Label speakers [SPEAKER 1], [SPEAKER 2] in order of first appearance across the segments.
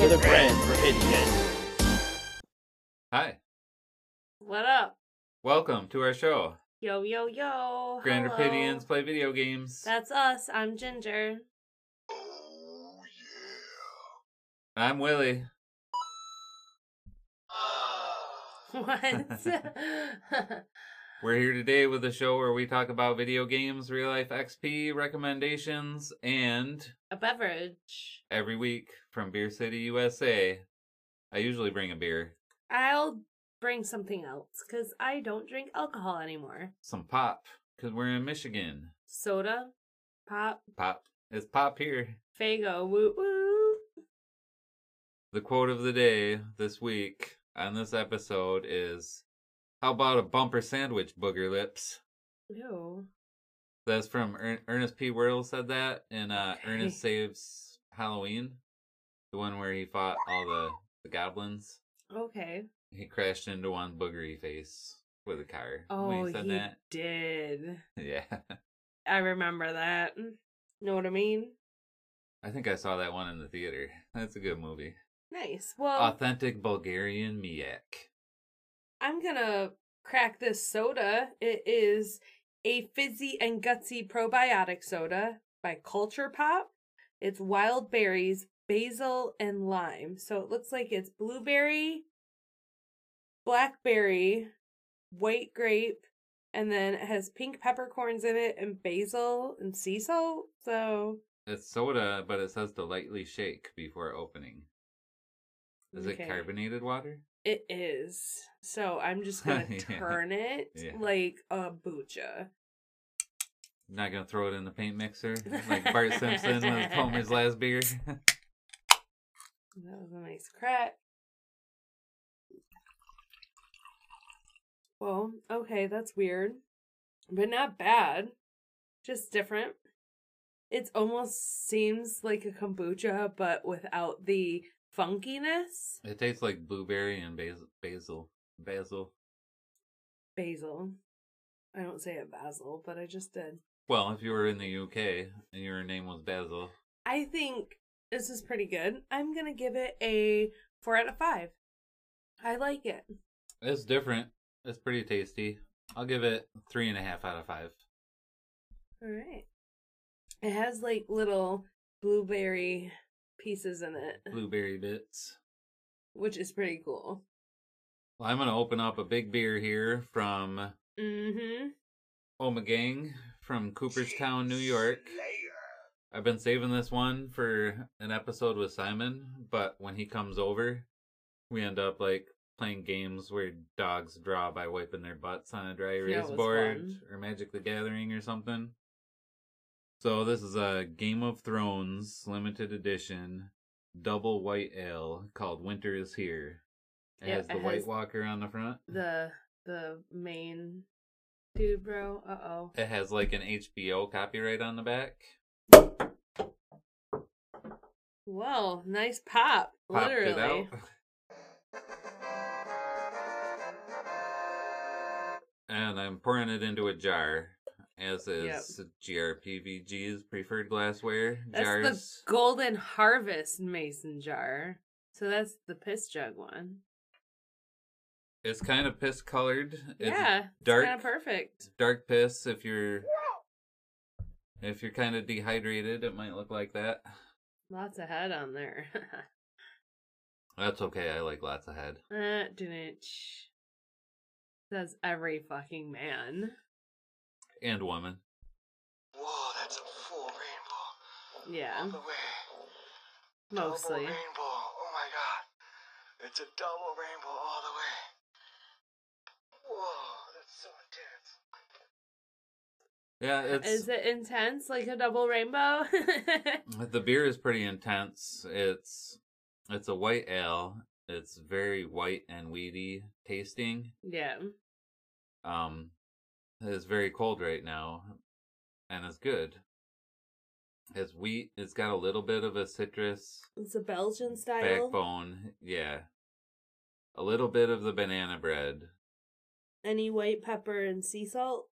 [SPEAKER 1] With a friend for idiot.
[SPEAKER 2] Hi.
[SPEAKER 3] What up?
[SPEAKER 2] Welcome to our show.
[SPEAKER 3] Yo yo yo.
[SPEAKER 2] Grand
[SPEAKER 3] Hello.
[SPEAKER 2] Rapidians play video games.
[SPEAKER 3] That's us. I'm Ginger.
[SPEAKER 2] I'm Willie.
[SPEAKER 3] What?
[SPEAKER 2] We're here today with a show where we talk about video games, real life XP recommendations, and
[SPEAKER 3] a beverage.
[SPEAKER 2] every week from Beer City, USA. I usually bring a beer,
[SPEAKER 3] I'll bring something else because I don't drink alcohol anymore.
[SPEAKER 2] some pop, because we're in Michigan.
[SPEAKER 3] Soda, pop,
[SPEAKER 2] Pop. It's pop here.
[SPEAKER 3] Fago, woo woo.
[SPEAKER 2] The quote of the day this week on this episode is How about a bumper sandwich, booger lips?
[SPEAKER 3] Ew.
[SPEAKER 2] That's from Ern- Ernest P. Worrell said that in uh,
[SPEAKER 3] Okay.
[SPEAKER 2] Ernest Saves Halloween, the one where he fought all the, the goblins.
[SPEAKER 3] Okay.
[SPEAKER 2] He crashed into one boogery face with a car.
[SPEAKER 3] Oh,
[SPEAKER 2] when he
[SPEAKER 3] he
[SPEAKER 2] said that.
[SPEAKER 3] did.
[SPEAKER 2] Yeah,
[SPEAKER 3] I remember that. Know what I mean?
[SPEAKER 2] I think I saw that one in the theater. That's a good movie.
[SPEAKER 3] Nice. Well,
[SPEAKER 2] Authentic Bulgarian Miak.
[SPEAKER 3] I'm gonna crack this soda. It is a fizzy and gutsy probiotic soda by Culture Pop. It's wild berries, basil, and lime. So it looks like it's blueberry, blackberry, white grape, and then it has pink peppercorns in it, and basil and sea salt. So
[SPEAKER 2] It's soda, but it says to lightly shake before opening. Is
[SPEAKER 3] Okay.
[SPEAKER 2] it carbonated water?
[SPEAKER 3] It is. So I'm just gonna
[SPEAKER 2] Yeah.
[SPEAKER 3] turn it
[SPEAKER 2] Yeah.
[SPEAKER 3] like a bucha.
[SPEAKER 2] Not gonna throw it in the paint mixer like Bart Simpson with Homer's last beer.
[SPEAKER 3] That was a nice crack. Well, okay, that's weird. But not bad. Just different. It almost seems like a kombucha, but without the funkiness.
[SPEAKER 2] It tastes like blueberry and basil. Basil. Basil.
[SPEAKER 3] Basil. I don't say it basil, but I just did.
[SPEAKER 2] Well, if you were in the UK and your name was Basil,
[SPEAKER 3] I think this is pretty good. I'm gonna give it a four out of five. I like it.
[SPEAKER 2] it's different. It's pretty tasty. I'll give it three and a half out of five.
[SPEAKER 3] All right. It has like little blueberry pieces in it,
[SPEAKER 2] Blueberry bits.
[SPEAKER 3] which is pretty cool.
[SPEAKER 2] Well, I'm gonna open up a big beer here from
[SPEAKER 3] Mm-hmm.
[SPEAKER 2] Oma Gang from Cooperstown, New York. I've been saving this one for an episode with Simon, but when he comes over, we end up like playing games where dogs draw by wiping their butts on a dry erase
[SPEAKER 3] was
[SPEAKER 2] board
[SPEAKER 3] fun.
[SPEAKER 2] or Magic the Gathering or something. So this is a Game of Thrones limited edition double white ale called Winter is Here. It
[SPEAKER 3] Yeah,
[SPEAKER 2] has the
[SPEAKER 3] it
[SPEAKER 2] White
[SPEAKER 3] has-
[SPEAKER 2] Walker on the front.
[SPEAKER 3] The the main dude, bro. Uh oh.
[SPEAKER 2] It has like an HBO copyright on the back.
[SPEAKER 3] Whoa, nice pop.
[SPEAKER 2] Popped
[SPEAKER 3] literally.
[SPEAKER 2] it out. And I'm pouring it into a jar, as is GRPVG's preferred glassware
[SPEAKER 3] That's
[SPEAKER 2] jars.
[SPEAKER 3] the golden harvest mason jar. So that's the piss jug one.
[SPEAKER 2] it's kind of piss colored. It's
[SPEAKER 3] yeah.
[SPEAKER 2] dark.
[SPEAKER 3] It's kinda perfect.
[SPEAKER 2] It's dark piss. If you're if you're kind of dehydrated, it might look like that.
[SPEAKER 3] Lots of head on there.
[SPEAKER 2] That's okay. I like lots of head.
[SPEAKER 3] Uh, didn't. Says every fucking man.
[SPEAKER 2] and woman.
[SPEAKER 4] Whoa, that's a full rainbow.
[SPEAKER 3] Yeah,
[SPEAKER 4] All the way. Double
[SPEAKER 3] mostly.
[SPEAKER 4] rainbow. Oh my god. It's a double rainbow all the way. Whoa, that's so intense.
[SPEAKER 2] Yeah, it's
[SPEAKER 3] Is it intense like a double rainbow?
[SPEAKER 2] The beer is pretty intense. It's It's a white ale. It's very white and weedy tasting.
[SPEAKER 3] Yeah.
[SPEAKER 2] Um, it's very cold right now, and it's good. It's wheat. It's got a little bit of a citrus
[SPEAKER 3] It's a Belgian style.
[SPEAKER 2] backbone. Yeah, a little bit of the banana bread.
[SPEAKER 3] Any white pepper and sea salt?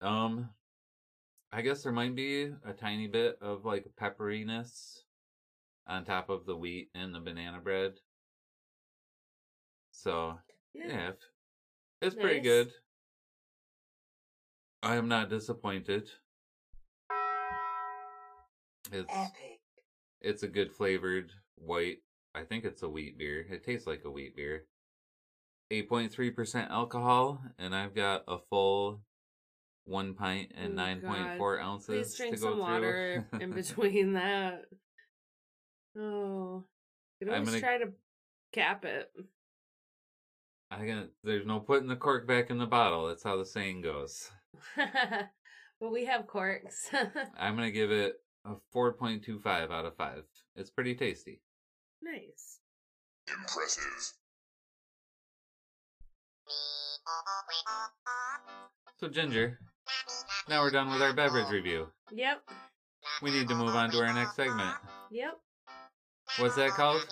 [SPEAKER 2] Um, I guess there might be a tiny bit of like pepperiness on top of the wheat and the banana bread. So yeah, if- it's pretty
[SPEAKER 3] Nice.
[SPEAKER 2] good. I am not disappointed. It's it's a good flavored white. I think it's a wheat beer. It tastes like a wheat beer. 8.3% alcohol, and I've got a full one pint and
[SPEAKER 3] Oh,
[SPEAKER 2] 9.4 ounces
[SPEAKER 3] Please drink
[SPEAKER 2] to go
[SPEAKER 3] some
[SPEAKER 2] through.
[SPEAKER 3] water in between that. Oh. You could
[SPEAKER 2] I'm gonna-
[SPEAKER 3] always try to cap it.
[SPEAKER 2] I got, there's no putting the cork back in the bottle. That's how the saying goes.
[SPEAKER 3] but we have corks.
[SPEAKER 2] I'm going to give it a 4.25 out of 5. It's pretty tasty.
[SPEAKER 3] nice.
[SPEAKER 5] Impressive.
[SPEAKER 2] So, Ginger, now we're done with our beverage review.
[SPEAKER 3] Yep.
[SPEAKER 2] We need to move on to our next segment.
[SPEAKER 3] Yep.
[SPEAKER 2] What's that called?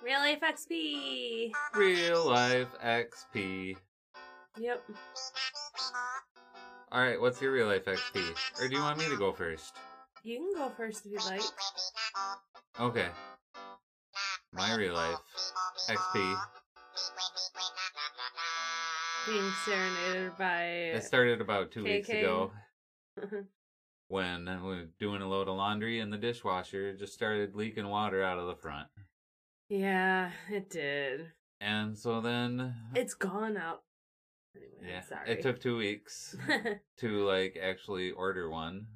[SPEAKER 3] Real life XP.
[SPEAKER 2] Real Life XP.
[SPEAKER 3] Yep.
[SPEAKER 2] All right, what's your real life XP? Or do you want me to go first?
[SPEAKER 3] You can go first if you'd like.
[SPEAKER 2] Okay. My real life XP.
[SPEAKER 3] Being serenaded by.
[SPEAKER 2] It started about two weeks
[SPEAKER 3] KK.
[SPEAKER 2] ago when I was doing a load of laundry and the dishwasher just started leaking water out of the front.
[SPEAKER 3] yeah, it did.
[SPEAKER 2] And so then,
[SPEAKER 3] It's gone up. Anyway,
[SPEAKER 2] yeah,
[SPEAKER 3] sorry.
[SPEAKER 2] it took two weeks to like actually order one.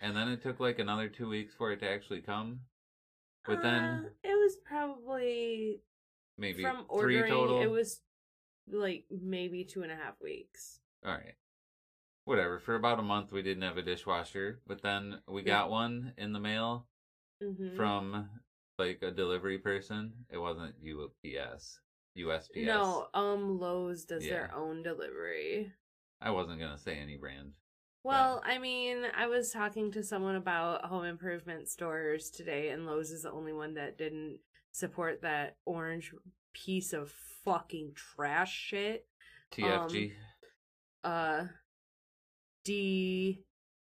[SPEAKER 2] And then it took like another two weeks for it to actually come. But then
[SPEAKER 3] Uh, it was probably
[SPEAKER 2] maybe
[SPEAKER 3] from
[SPEAKER 2] three
[SPEAKER 3] ordering.
[SPEAKER 2] total.
[SPEAKER 3] It was like maybe two and a half weeks.
[SPEAKER 2] All right. Whatever. For about a month, we didn't have a dishwasher, but then we
[SPEAKER 3] Yeah.
[SPEAKER 2] got one in the mail
[SPEAKER 3] Mm-hmm.
[SPEAKER 2] from like a delivery person. It wasn't UPS, USPS.
[SPEAKER 3] No, um, Lowe's does their
[SPEAKER 2] Yeah.
[SPEAKER 3] own delivery.
[SPEAKER 2] I wasn't gonna say any
[SPEAKER 3] Um,
[SPEAKER 2] brand.
[SPEAKER 3] Well, I mean, I was talking to someone about home improvement stores today, and Lowe's is the only one that didn't support that orange piece of fucking trash shit.
[SPEAKER 2] TFG.
[SPEAKER 3] Uh, D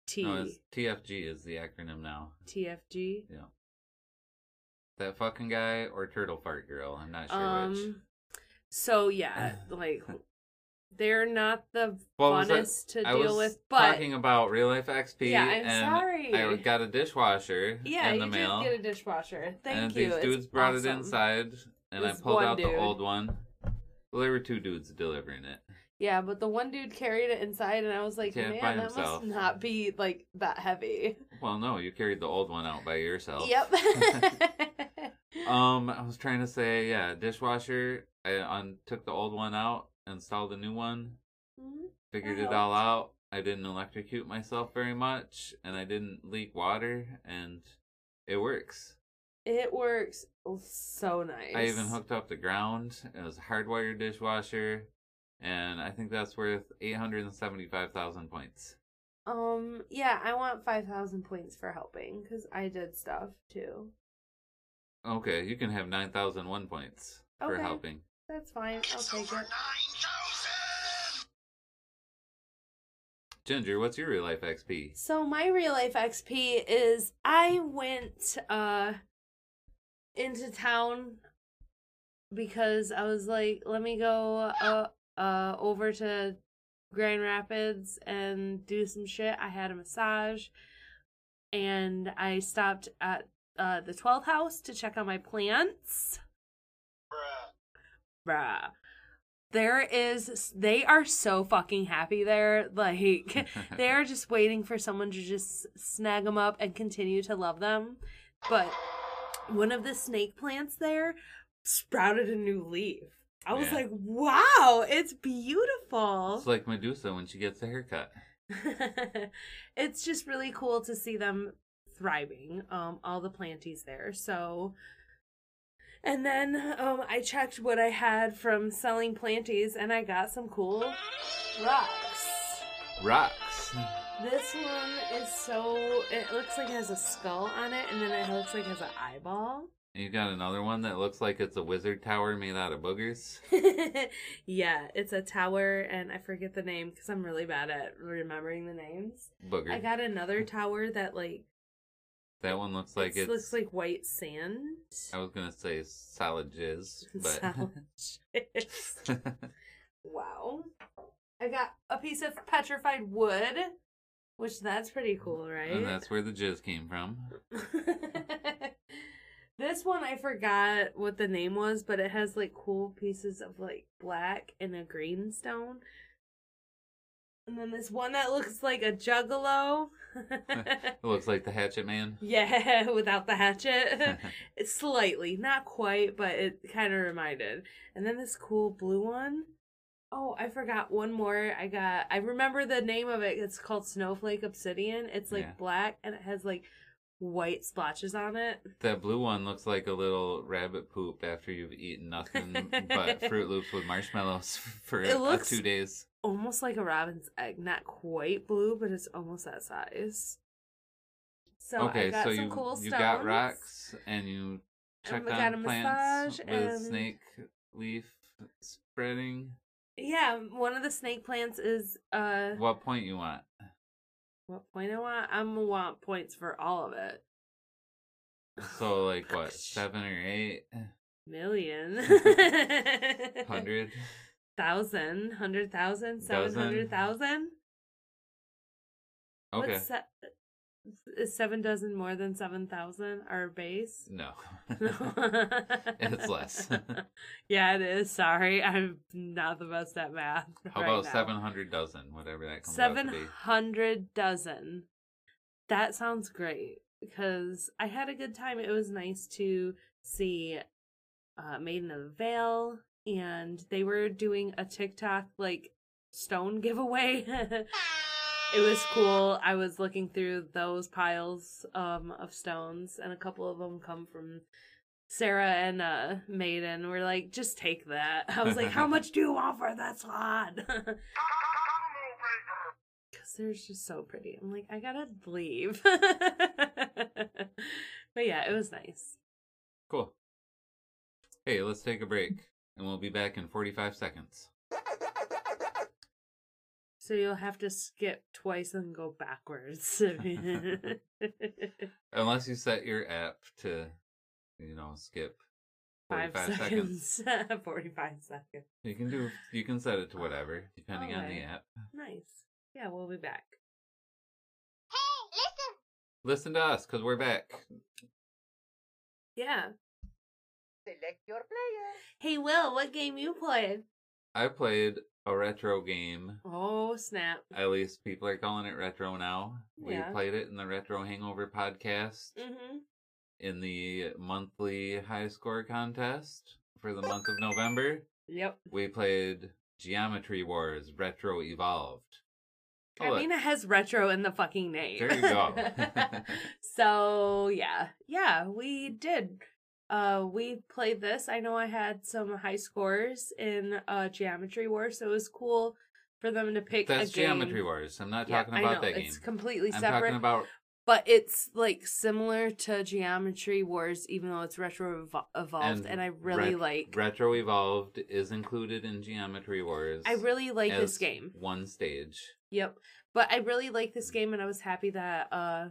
[SPEAKER 3] T
[SPEAKER 2] no, it's, TFG is the acronym now.
[SPEAKER 3] T F G.
[SPEAKER 2] Yeah. That fucking guy or turtle fart girl. I'm not sure which.
[SPEAKER 3] Um, so yeah, like they're not the
[SPEAKER 2] What was that?
[SPEAKER 3] funnest to
[SPEAKER 2] I
[SPEAKER 3] deal
[SPEAKER 2] was
[SPEAKER 3] with, but
[SPEAKER 2] talking about real life XP.
[SPEAKER 3] Yeah, I'm
[SPEAKER 2] and
[SPEAKER 3] sorry.
[SPEAKER 2] I got a dishwasher
[SPEAKER 3] yeah,
[SPEAKER 2] in
[SPEAKER 3] you
[SPEAKER 2] the
[SPEAKER 3] did
[SPEAKER 2] mail.
[SPEAKER 3] get a dishwasher. Thank
[SPEAKER 2] and
[SPEAKER 3] you.
[SPEAKER 2] these
[SPEAKER 3] It's
[SPEAKER 2] dudes brought it
[SPEAKER 3] awesome.
[SPEAKER 2] inside, and I
[SPEAKER 3] This
[SPEAKER 2] pulled
[SPEAKER 3] one
[SPEAKER 2] out
[SPEAKER 3] dude.
[SPEAKER 2] the old one. Well, there were two dudes delivering it.
[SPEAKER 3] Yeah, but the one dude carried it inside, and I was like,
[SPEAKER 2] Yeah,
[SPEAKER 3] man,
[SPEAKER 2] by
[SPEAKER 3] that
[SPEAKER 2] himself."
[SPEAKER 3] must not be like that heavy.
[SPEAKER 2] Well, no, you carried the old one out by yourself.
[SPEAKER 3] Yep.
[SPEAKER 2] um, I was trying to say, yeah, dishwasher. I un- took the old one out, installed a new one, figured
[SPEAKER 3] Uh-huh.
[SPEAKER 2] it all out. I didn't electrocute myself very much, and I didn't leak water, and it works.
[SPEAKER 3] it works so nice.
[SPEAKER 2] I even hooked up the ground. It was a hardwired dishwasher, and I think that's worth eight hundred and seventy-five thousand points.
[SPEAKER 3] Um, yeah, I want five thousand points for helping because I did stuff too.
[SPEAKER 2] Okay, you can have 9,001 points for
[SPEAKER 3] Okay.
[SPEAKER 2] helping.
[SPEAKER 3] That's fine. I'll
[SPEAKER 5] It's
[SPEAKER 3] take
[SPEAKER 5] over
[SPEAKER 3] it.
[SPEAKER 5] 9,000!
[SPEAKER 2] Ginger, what's your real life XP?
[SPEAKER 3] So my real life XP is I went uh into town because I was like, let me go uh uh over to Grand Rapids and do some shit. I had a massage and I stopped at uh the 12th house to check on my plants.
[SPEAKER 4] Bruh.
[SPEAKER 3] Bruh. There is they are so fucking happy there. Like they are just waiting for someone to just snag them up and continue to love them. But one of the snake plants there sprouted a new leaf. I was
[SPEAKER 2] Yeah.
[SPEAKER 3] like, wow, it's beautiful.
[SPEAKER 2] It's like Medusa when she gets a haircut.
[SPEAKER 3] it's just really cool to see them thriving, um, all the planties there. So And then um, I checked what I had from selling planties, and I got some cool rocks.
[SPEAKER 2] Rocks.
[SPEAKER 3] This one is so. It looks like it has a skull on it, and then it looks like it has an eyeball.
[SPEAKER 2] And you got another one that looks like it's a wizard tower made out of boogers.
[SPEAKER 3] yeah, it's a tower, and I forget the name because I'm really bad at remembering the names.
[SPEAKER 2] Booger.
[SPEAKER 3] I got another tower that like
[SPEAKER 2] that one looks like
[SPEAKER 3] it
[SPEAKER 2] it's.
[SPEAKER 3] looks like white sand.
[SPEAKER 2] I was gonna say solid jizz, but
[SPEAKER 3] Solid shit. Wow. I got a piece of petrified wood, which that's pretty cool, right?
[SPEAKER 2] and that's where the jizz came from.
[SPEAKER 3] this one I forgot what the name was, but it has like cool pieces of like black and a green stone. And then this one that looks like a juggalo.
[SPEAKER 2] It looks like the Hatchet Man.
[SPEAKER 3] yeah, without the hatchet. It's slightly, not quite, but it kind of reminded. And then this cool blue one. Oh, I forgot one more. I got. I remember the name of it. It's called Snowflake Obsidian. It's like
[SPEAKER 2] Yeah.
[SPEAKER 3] black and it has like white splotches on it.
[SPEAKER 2] that blue one looks like a little rabbit poop after you've eaten nothing but Fruit Loops with marshmallows for
[SPEAKER 3] It
[SPEAKER 2] uh,
[SPEAKER 3] looks-
[SPEAKER 2] two days.
[SPEAKER 3] Almost like a robin's egg. Not quite blue, but it's almost that size. So
[SPEAKER 2] okay,
[SPEAKER 3] I got
[SPEAKER 2] so
[SPEAKER 3] some
[SPEAKER 2] you
[SPEAKER 3] cool stones.
[SPEAKER 2] you got rocks and you
[SPEAKER 3] And
[SPEAKER 2] checked
[SPEAKER 3] we got
[SPEAKER 2] on
[SPEAKER 3] a
[SPEAKER 2] plants
[SPEAKER 3] massage
[SPEAKER 2] with
[SPEAKER 3] and-
[SPEAKER 2] snake leaf spreading.
[SPEAKER 3] Yeah, one of the snake plants is uh.
[SPEAKER 2] What point you want?
[SPEAKER 3] What point I want? I'm gonna want points for all of it.
[SPEAKER 2] So like what, seven or eight,
[SPEAKER 3] Million.
[SPEAKER 2] hundred?
[SPEAKER 3] Thousand. Hundred thousand. Seven hundred thousand.
[SPEAKER 2] Okay,
[SPEAKER 3] What's se- is seven dozen more than seven thousand our base?
[SPEAKER 2] no.
[SPEAKER 3] it's
[SPEAKER 2] It's less.
[SPEAKER 3] yeah, it is. Sorry, I'm not the best at math.
[SPEAKER 2] How
[SPEAKER 3] right
[SPEAKER 2] about
[SPEAKER 3] now.
[SPEAKER 2] seven hundred dozen, whatever that comes out to be?
[SPEAKER 3] 700 dozen. That sounds great because I had a good time. It was nice to see uh, Maiden of the Veil, and they were doing a TikTok like stone giveaway. it was cool. I was looking through those piles um, of stones, and a couple of them come from. Sarah and uh, Maiden were like, just take that. I was like, how much do you want for this one? because they're just so pretty. I'm like, I gotta leave. but yeah, it was nice.
[SPEAKER 2] Cool. Hey, let's take a break, and we'll be back in forty-five seconds.
[SPEAKER 3] So you'll have to skip twice and go backwards. Five
[SPEAKER 2] Unless you set your app to, you know, skip forty-five seconds.
[SPEAKER 3] seconds. 45 seconds.
[SPEAKER 2] You can do. You can set it to whatever, depending on the
[SPEAKER 3] Alright.
[SPEAKER 2] app.
[SPEAKER 3] Nice. Yeah, we'll be back.
[SPEAKER 2] Listen to us, cause we're back.
[SPEAKER 3] Yeah.
[SPEAKER 6] Select your player.
[SPEAKER 3] Hey, Will, what game you played?
[SPEAKER 2] I played a retro game.
[SPEAKER 3] Oh, snap.
[SPEAKER 2] At least people are calling it retro now. We
[SPEAKER 3] Yeah.
[SPEAKER 2] played it in the Retro Hangover podcast
[SPEAKER 3] Mm-hmm.
[SPEAKER 2] in the monthly high score contest for the month of November.
[SPEAKER 3] Yep.
[SPEAKER 2] We played Geometry Wars Retro Evolved. Oh,
[SPEAKER 3] I
[SPEAKER 2] look.
[SPEAKER 3] mean, it has retro in the fucking name.
[SPEAKER 2] There you go.
[SPEAKER 3] so yeah, yeah, we did. Uh, we played this. I know I had some high scores in uh Geometry War, so it was cool for them to pick.
[SPEAKER 2] That's
[SPEAKER 3] a game.
[SPEAKER 2] Geometry Wars. I'm not
[SPEAKER 3] Yeah,
[SPEAKER 2] talking
[SPEAKER 3] I
[SPEAKER 2] about
[SPEAKER 3] know,
[SPEAKER 2] that game.
[SPEAKER 3] It's completely
[SPEAKER 2] I'm
[SPEAKER 3] separate,
[SPEAKER 2] talking about
[SPEAKER 3] but it's like similar to Geometry Wars, even though it's retro evol- evolved, and, I really
[SPEAKER 2] ret-
[SPEAKER 3] like.
[SPEAKER 2] Retro Evolved is included in Geometry Wars.
[SPEAKER 3] I really like this
[SPEAKER 2] as
[SPEAKER 3] game.
[SPEAKER 2] One stage.
[SPEAKER 3] Yep. But I really like this game and I was happy that uh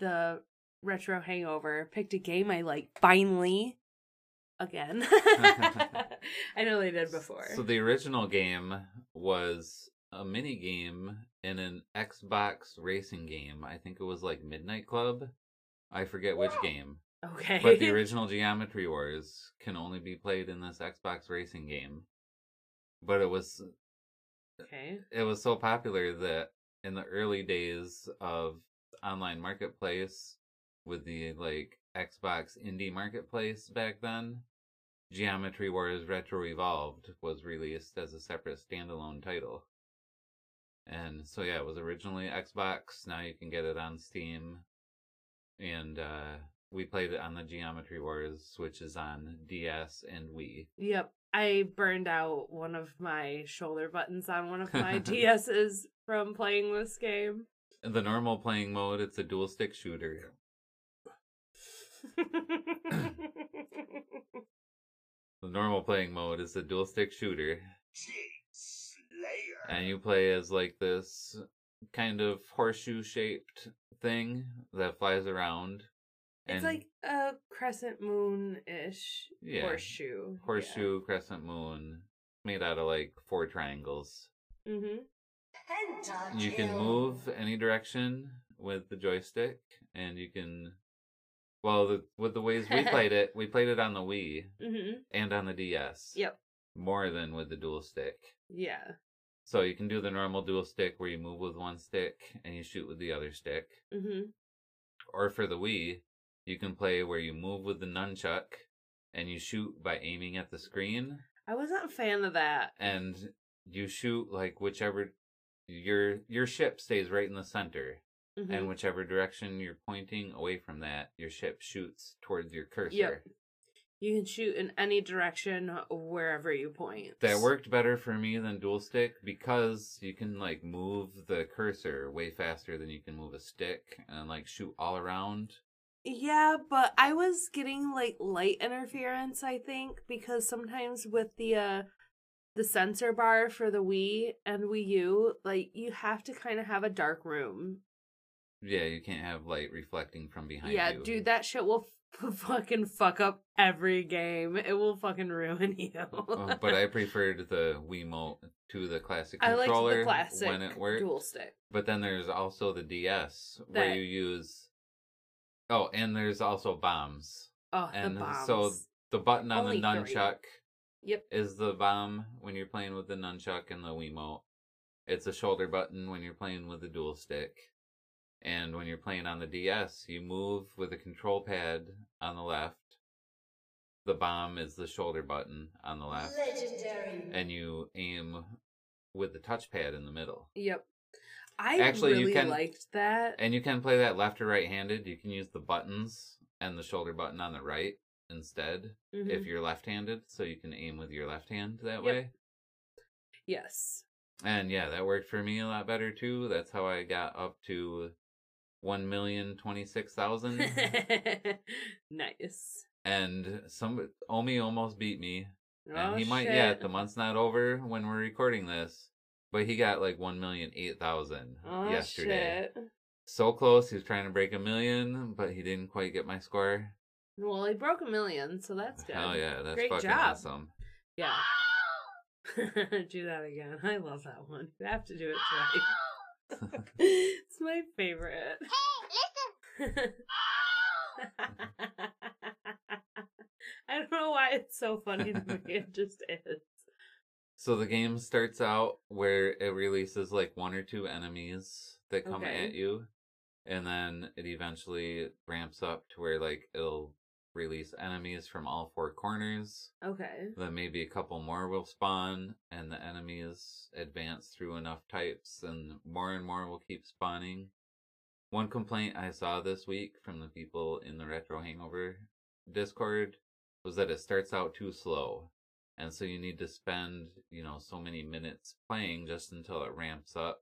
[SPEAKER 3] the retro hangover picked a game I like finally again. I know they did before.
[SPEAKER 2] So the original game was a mini game in an Xbox racing game. I think it was like Midnight Club. I forget which game.
[SPEAKER 3] okay.
[SPEAKER 2] But the original Geometry Wars can only be played in this Xbox racing game. But it was
[SPEAKER 3] okay.
[SPEAKER 2] it was so popular that in the early days of online marketplace with the like Xbox indie marketplace back then, Geometry Wars Retro Evolved was released as a separate standalone title. And so yeah, it was originally Xbox, now you can get it on Steam. And uh We played it on the Geometry Wars, which is on DS and Wii.
[SPEAKER 3] Yep. I burned out one of my shoulder buttons on one of my DSs from playing this game.
[SPEAKER 2] In the normal playing mode, it's a dual stick shooter. The normal playing mode is a dual stick shooter,
[SPEAKER 5] Slayer.
[SPEAKER 2] and you play as like this kind of horseshoe shaped thing that flies around.
[SPEAKER 3] it's like a crescent moon ish
[SPEAKER 2] Yeah.
[SPEAKER 3] horseshoe.
[SPEAKER 2] horseshoe crescent moon made out of like four triangles.
[SPEAKER 3] hmm
[SPEAKER 2] You can move any direction with the joystick, and you can. Well, the, with the ways we played it, we played it on the Wii
[SPEAKER 3] hmm
[SPEAKER 2] and on the DS.
[SPEAKER 3] Yep.
[SPEAKER 2] More than with the dual stick.
[SPEAKER 3] Yeah.
[SPEAKER 2] So you can do the normal dual stick where you move with one stick and you shoot with the other stick.
[SPEAKER 3] hmm
[SPEAKER 2] Or for the Wii, you can play where you move with the nunchuck and you shoot by aiming at the screen
[SPEAKER 3] I wasn't a fan of that.
[SPEAKER 2] and you shoot like whichever your your ship stays right in the center
[SPEAKER 3] Mhm.
[SPEAKER 2] and whichever direction you're pointing away from that your ship shoots towards your cursor
[SPEAKER 3] you can shoot in any direction wherever you point.
[SPEAKER 2] that worked better for me than dual stick because you can like move the cursor way faster than you can move a stick and like shoot all around
[SPEAKER 3] Yeah, but I was getting like light interference, I think, because sometimes with the uh the sensor bar for the Wii and Wii U, like you have to kind of have a dark room.
[SPEAKER 2] yeah you can't have light reflecting from behind
[SPEAKER 3] yeah,
[SPEAKER 2] you
[SPEAKER 3] dude, that shit will f- fucking fuck up every game. It will fucking ruin you.
[SPEAKER 2] Oh, but i preferred the wiimote to the classic
[SPEAKER 3] I liked
[SPEAKER 2] controller
[SPEAKER 3] the classic
[SPEAKER 2] when it worked
[SPEAKER 3] dual stick.
[SPEAKER 2] But then there's also the DS where
[SPEAKER 3] That-
[SPEAKER 2] you use. Oh, and there's also bombs.
[SPEAKER 3] Oh,
[SPEAKER 2] And
[SPEAKER 3] the bombs.
[SPEAKER 2] so The button on
[SPEAKER 3] Only
[SPEAKER 2] the
[SPEAKER 3] three.
[SPEAKER 2] nunchuck
[SPEAKER 3] yep.
[SPEAKER 2] is the bomb when you're playing with the nunchuck and the Wiimote. It's a shoulder button when you're playing with the dual stick. And when you're playing on the DS, you move with the control pad on the left. The bomb is the shoulder button on the left.
[SPEAKER 7] Legendary.
[SPEAKER 2] And you aim with the touchpad in the middle.
[SPEAKER 3] Yep. I
[SPEAKER 2] Actually, you
[SPEAKER 3] really
[SPEAKER 2] can-
[SPEAKER 3] liked that.
[SPEAKER 2] And you can play that left or right handed. You can use the buttons and the shoulder button on the right instead
[SPEAKER 3] Mhm.
[SPEAKER 2] if you're left handed, so you can aim with your left hand that
[SPEAKER 3] Yep.
[SPEAKER 2] way.
[SPEAKER 3] yes.
[SPEAKER 2] And yeah, that worked for me a lot better too. That's how I got up to 1,026,000. Mm-hmm.
[SPEAKER 3] nice.
[SPEAKER 2] and some Omi almost beat me. And
[SPEAKER 3] Oh,
[SPEAKER 2] he might
[SPEAKER 3] shit.
[SPEAKER 2] yet. The month's not over when we're recording this. But he got like 1,008,000
[SPEAKER 3] oh,
[SPEAKER 2] yesterday.
[SPEAKER 3] Shit.
[SPEAKER 2] So close. He was trying to break a million, but he didn't quite get my score.
[SPEAKER 3] Well, he broke a million, so that's good.
[SPEAKER 2] Hell yeah, that's
[SPEAKER 3] Great
[SPEAKER 2] fucking
[SPEAKER 3] job.
[SPEAKER 2] awesome.
[SPEAKER 3] Yeah. do that again. I love that one. You have to do it twice. it's my favorite. I don't know why it's so funny to me. It just is.
[SPEAKER 2] So the game starts out where it releases like one or two enemies that come
[SPEAKER 3] Okay.
[SPEAKER 2] at you, and then it eventually ramps up to where like it'll release enemies from all four corners.
[SPEAKER 3] Okay.
[SPEAKER 2] Then maybe a couple more will spawn, and the enemies advance through enough types, and more and more will keep spawning. One complaint I saw this week from the people in the Retro Hangover Discord was that it starts out too slow. And so you need to spend, you know, so many minutes playing just until it ramps up